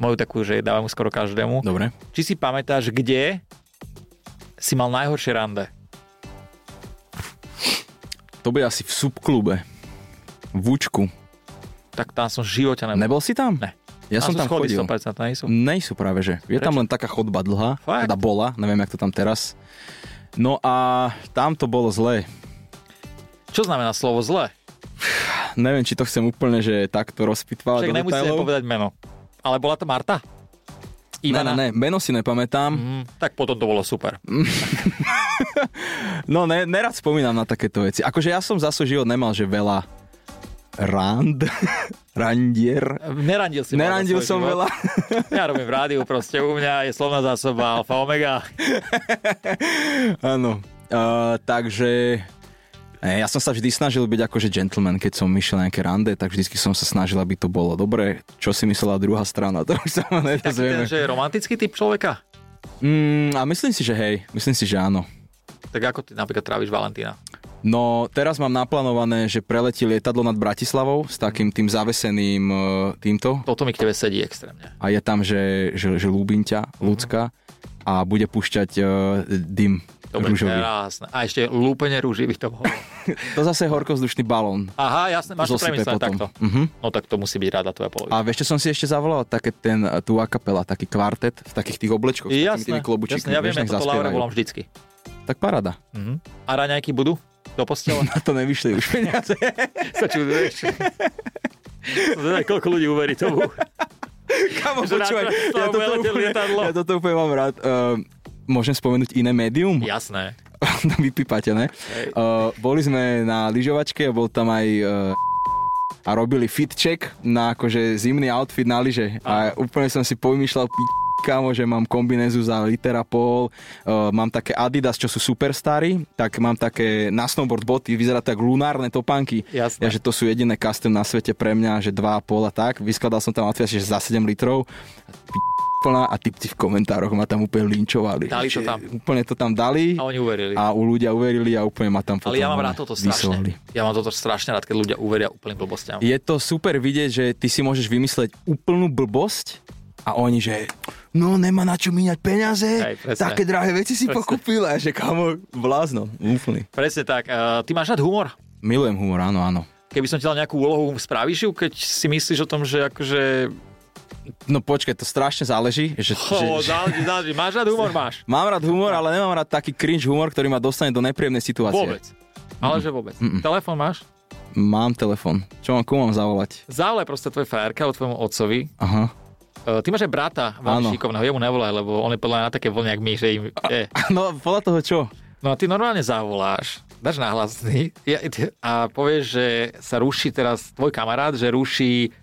S1: moju takú, že dávam ju skoro každému.
S2: Dobre.
S1: Či si pamätáš, kde si mal najhoršie rande?
S2: To bude asi v subklube. V Učku.
S1: Tak tam som v živote nebol.
S2: Nebol si tam?
S1: Ne.
S2: Ja som tam
S1: schody
S2: chodil. Mm.
S1: 100% nejsú.
S2: Nejsú práve, že. Je tam len taká chodba dlhá.
S1: Fakt?
S2: Teda bola, neviem, jak to tam teraz. No a tam to bolo zlé.
S1: Čo znamená slovo zle?
S2: Neviem, či to chcem úplne, že takto rozpitvávať
S1: Však
S2: do
S1: nemusíme
S2: detailov.
S1: povedať meno. Ale bola to Marta?
S2: Ne, ne, Mm.
S1: Ivana?
S2: ne, meno si nepamätám.
S1: Mm, tak potom to bolo super.
S2: No ne, nerad spomínam na takéto veci. Akože ja som za svoj život nemal, že veľa rand, randier.
S1: Nerandil si. mal za
S2: Nerandil
S1: svoj
S2: som
S1: život.
S2: veľa.
S1: Ja robím v rádiu proste. U mňa je slovná zásoba alfa omega.
S2: Áno. Uh, takže eh, ja som sa vždy snažil byť akože gentleman, keď som išiel na nejaké rande, tak vždycky som sa snažil, aby to bolo dobre. Čo si myslela druhá strana, to už sa ma
S1: Taký ten,
S2: nedozvieme.
S1: že je romantický typ človeka.
S2: Mm, a myslím si, že hej, myslím si, že áno.
S1: Tak ako ty napríklad tráviš Valentína?
S2: No teraz mám naplánované, že preletí lietadlo nad Bratislavou s takým tým zaveseným eh, týmto
S1: Toto mi k tebe sedí extrémne.
S2: a je tam, že, že, že ľúbim ťa, ľudská a bude púšťať uh, dym
S1: Dobre,
S2: rúžový.
S1: krásne. A ešte lúpenie rúží by to bolo.
S2: To zase je horkozdušný balón.
S1: Aha, jasne, máš to
S2: Zosype
S1: premyslené
S2: potom.
S1: takto.
S2: Mhm.
S1: No tak to musí byť rada tvoja polovica.
S2: A vieš, čo som si ešte zavolal? Také ten, eh, tú a capella, taký kvartet v takých tých oblečkoch, s takými
S1: Jasné,
S2: tými klobučíkmi.
S1: jasné, ja viem, ja
S2: nech
S1: toto Laura
S2: zaspievajú.
S1: volám vždycky. Mhm.
S2: tak parada.
S1: A raňajky budú? Do postele?
S2: Na to nevyšli už peniaze.
S1: Sa čuduješ? Zvedaj, koľko ľudí uverí tomu.
S2: Kamo,
S1: Že na
S2: počúvaj,
S1: Bratislavu
S2: ja toto,
S1: leteli
S2: úplne,
S1: lietadlo.
S2: ja toto úplne mám rád. Uh, môžem spomenúť iné médium?
S1: Jasné.
S2: No, Vypípate, ne? Uh, boli sme na lyžovačke a bol tam aj uh, a robili fit check na akože zimný outfit na lyže. A úplne som si povymýšľal p***, kamo, že mám kombinézu za litera pol, uh, mám také Adidas, čo sú superstary, tak mám také na snowboard boty, vyzerá tak lunárne topánky.
S1: Jasné.
S2: Ja, že to sú jediné custom na svete pre mňa, že 2,5 a tak. Vyskladal som tam outfit, že za 7 litrov. P***, plná a typci v komentároch ma tam úplne linčovali.
S1: Dali to
S2: Že
S1: tam.
S2: Úplne to tam dali
S1: A oni uverili.
S2: a u ľudia uverili a úplne ma tam potom
S1: Ale ja mám
S2: ale
S1: rád toto strašne.
S2: vysovali.
S1: Ja mám toto strašne rád, keď ľudia uveria úplným blbostiam.
S2: Je to super vidieť, že ty si môžeš vymyslieť úplnú blbosť a oni, že no nemá na čo míňať peniaze,
S1: Hej, presne.
S2: také drahé veci si
S1: Presne.
S2: pokúpil a ja, že kamo, blázno, úplný.
S1: Presne tak. Eh, ty máš rád humor?
S2: Milujem humor, áno, áno.
S1: Keby som ti dal nejakú úlohu, spravíš ju, keď si myslíš o tom, že akože...
S2: No počkaj, to strašne záleží, že,
S1: Ho,
S2: že, že
S1: záleží, záleží. Máš rád humor? Máš.
S2: mám rád humor, ale nemám rád taký cringe humor, ktorý ma dostane do nepríjemnej situácie.
S1: Vôbec. Ale že vôbec. Telefón máš?
S2: Mám telefon. Čo mám, komu mám zavolať?
S1: Zavolaj proste tvojej frajerke alebo tvojmu otcovi.
S2: Aha.
S1: Eh, ty máš aj brata veľmi
S2: Áno.
S1: šikovného, jemu nevolaj, lebo on je podľa mňa na také vlne, jak my, že im... Je.
S2: No podľa toho čo?
S1: No a ty normálne zavoláš, dáš náhlasný ja- ty- a povieš, že sa ruší teraz tvoj kamarát, že ruší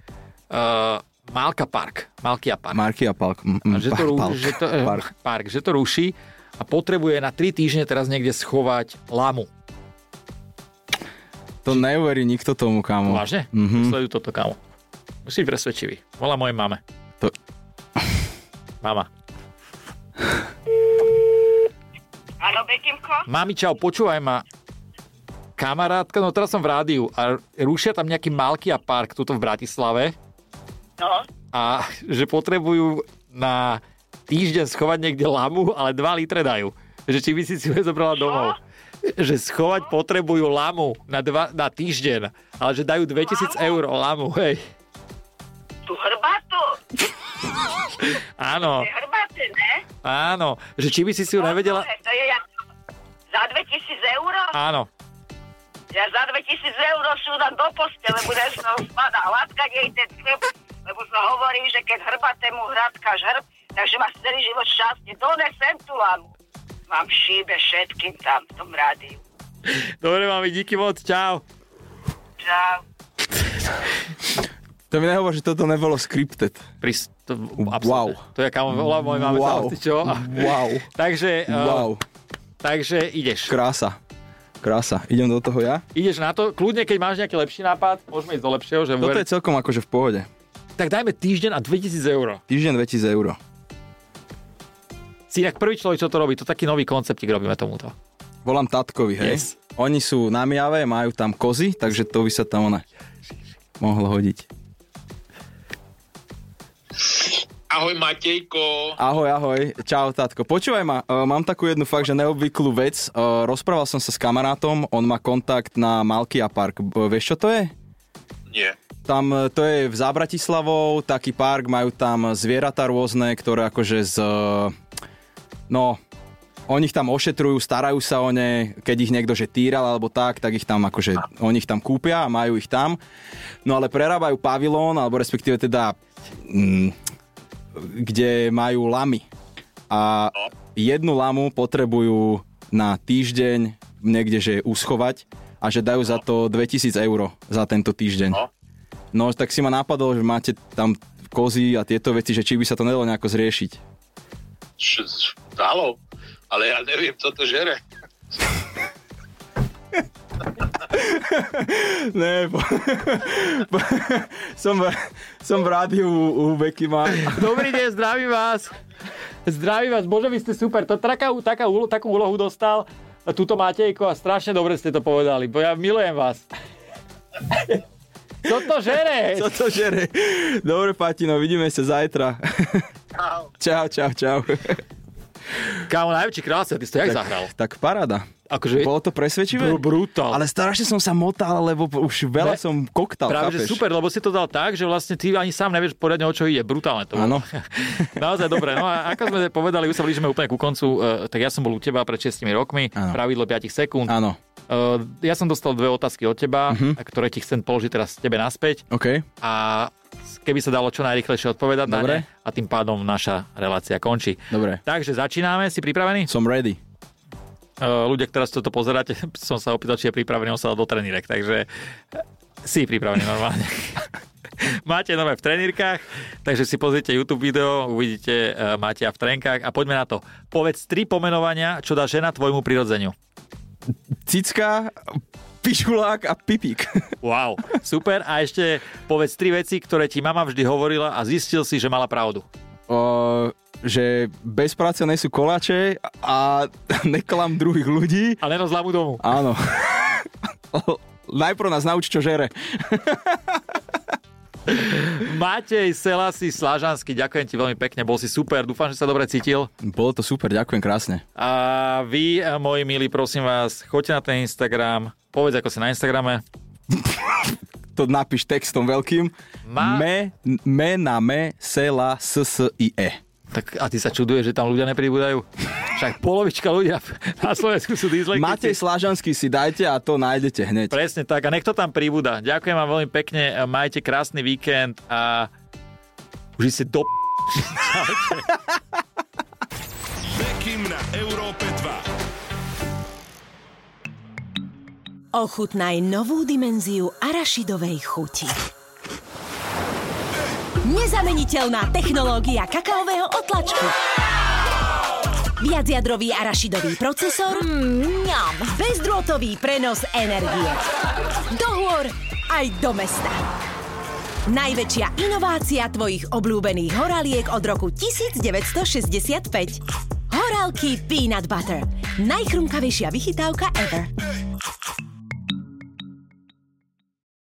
S1: uh, Malka Park, Malkia Park.
S2: Marky a Mm, Palk. m- m-
S1: A že to,
S2: Palk,
S1: ru,
S2: Palk,
S1: že to, eh,
S2: Park.
S1: park, že to ruší a potrebuje na 3 týždne teraz niekde schovať lamu.
S2: To neuverí nikto tomu, kámo.
S1: Vážne?
S2: Mhm.
S1: Sleduj toto, kámo. Musí byť presvedčivý. Volá mojej mame.
S2: To-
S1: Mama.
S4: Áno, Betimko?
S1: Mami, čau, počúvaj ma. Kamarátka, no teraz som v rádiu a rušia tam nejaký Malkia Park tuto v Bratislave.
S4: No,
S1: a že potrebujú na týždeň schovať niekde lamu, ale 2 litre dajú. Že či by si si ju zobrala domov. Že schovať potrebujú lamu na, dva, na týždeň, ale že dajú 2000 eur o lamu, hej.
S4: tú hrbatu.
S1: Áno,
S4: Tie hrbaty, ne?
S1: áno. Že či by si si ju nevedela...
S4: To je jak... Za 2000 eur?
S1: Áno.
S4: Ja za 2000 eur sú dám do postele, budeš mnou spada hladkať jej ten chleb, lebo sa hovorí, že keď hrbatému hradkáš hrb, takže máš celý život šťastný. Donesem tú lamu. Mám šíbe všetkým tam v tom rádiu.
S1: Dobre, mami, díky moc, čau.
S4: Čau.
S2: To mi nehovor, že toto nebolo scripted.
S1: Prist... To,
S2: Wow.
S1: wow. to je kamo, volá moje máme wow. čo? A-
S2: wow,
S1: Takže, wow.
S2: wow,
S1: takže ideš.
S2: krása. Krása. Idem do toho ja?
S1: ideš na to, kľudne, keď máš nejaký lepší nápad, môžeme ísť do lepšieho, že
S2: Toto
S1: uver-
S2: je celkom akože v pohode.
S1: tak dajme týždeň a 2000 eur.
S2: Týždeň 2000 eur.
S1: Si inak prvý človek, čo to robí, to taký nový konceptik robíme tomuto.
S2: Volám tatkovi, hej?
S1: Yes.
S2: Oni sú na Mijave, majú tam kozy, takže to by sa tam ona mohlo hodiť.
S5: Ahoj Matejko.
S2: Ahoj, ahoj. Čau, tátko. Počúvaj ma, e, mám takú jednu fakt, že neobvyklú vec. E, rozprával som sa s kamarátom, on má kontakt na Malkia Park. B- Vieš, čo to je?
S5: Nie.
S2: Tam e, to je v Zábratislavou, taký park, majú tam zvieratá rôzne, ktoré akože z... No, oni ich tam ošetrujú, starajú sa o ne, keď ich niekto že týral alebo tak, tak ich tam akože, oni ich tam kúpia a majú ich tam. No ale prerábajú pavilón, alebo respektíve teda, mm, kde majú lamy. A jednu lamu potrebujú na týždeň niekde, že uschovať a že dajú za to 2000 eur za tento týždeň.
S5: No.
S2: No, tak si ma napadlo, že máte tam kozy a tieto veci, že či by sa to nedalo nejako zriešiť.
S5: Š- š- Dalo. Ale ja neviem, čo to žere.
S2: Ne, po... po... som, v... som v rádiu u, u Bekima.
S1: Dobrý deň, zdravím vás. Zdravím vás, bože, vy ste super. To taká, taká, úlo- takú úlohu dostal. A Tuto Matejko a strašne dobre ste to povedali, bo ja milujem vás. Čo to žere?
S2: Co to žere? Dobre, Patino, vidíme sa zajtra.
S5: Au.
S2: Čau, čau, čau.
S1: Kámo, najväčší krása, ty si to jak zahral.
S2: Tak paráda.
S1: akože
S2: Bolo to presvedčivé?
S1: Br- brutál.
S2: Ale strašne som sa motal, lebo už veľa
S1: Ne.
S2: som koktal,
S1: Práve, že
S2: no, chápeš?
S1: super, lebo si to dal tak, že vlastne ty ani sám nevieš poriadne, o čo ide. Brutálne to bolo.
S2: Áno.
S1: Naozaj dobre. No a ako sme povedali, už sa blížime úplne ku koncu, e, tak ja som bol u teba pred 6 rokmi,
S2: Áno.
S1: pravidlo 5 sekúnd.
S2: Áno, Mhm.
S1: E, ja som dostal dve otázky od teba, uh-huh. ktoré ti chcem položiť teraz tebe naspäť
S2: OK.
S1: a keby sa dalo čo najrychlejšie odpovedať na
S2: Dobre.
S1: ne a tým pádom naša relácia končí.
S2: Dobre.
S1: Takže začíname, si pripravený?
S2: Som
S1: E,
S2: ready.
S1: ľudia, ktorí toto pozeráte, som sa opýtal, či je pripravený, on sa dal do trenírek, takže e, si pripravený normálne. Máte nové v trenírkach, takže si pozrite YouTube video, uvidíte e, Mátia v trenkách a poďme na to. Povedz tri pomenovania, čo dá žena tvojmu prirodzeniu.
S2: Cicka, pišulák a pipík.
S1: Wow, super. A ešte povedz tri veci, ktoré ti mama vždy hovorila a zistil si, že mala pravdu.
S2: o, že bez práce nie sú koláče a neklam druhých ľudí.
S1: A len zlámu domu.
S2: Áno. Najprv nás nauč, čo žere.
S1: Matej Selasi Slažanský, ďakujem ti veľmi pekne, bol si super, dúfam, že sa dobre cítil.
S2: Bolo to super, ďakujem krásne.
S1: A vy, a moji milí, prosím vás, choďte na ten Instagram, povedz, ako si na Instagrame.
S2: To napíš textom veľkým.
S1: Ma-
S2: Me, me na me, sela, s, s, i, e.
S1: Tak a ty sa čuduješ, že tam ľudia nepribúdajú? Však polovička ľudia na Slovensku sú dyslektici.
S2: Matej Slážanský si dajte a to nájdete hneď.
S1: Presne tak, a nech to tam pribúda. Ďakujem vám veľmi pekne, majte krásny víkend a už si do p-
S6: Bekim na Európe 2.
S3: Ochutnaj novú dimenziu arašidovej chuti. Nezameniteľná technológia kakaového otlačku. Viacjadrový arašidový procesor. Mňam. Bezdrôtový prenos energie. Do hôr aj do mesta. Najväčšia inovácia tvojich obľúbených horaliek od roku 1965. Horálky Peanut Butter. Najchrumkavejšia vychytávka ever.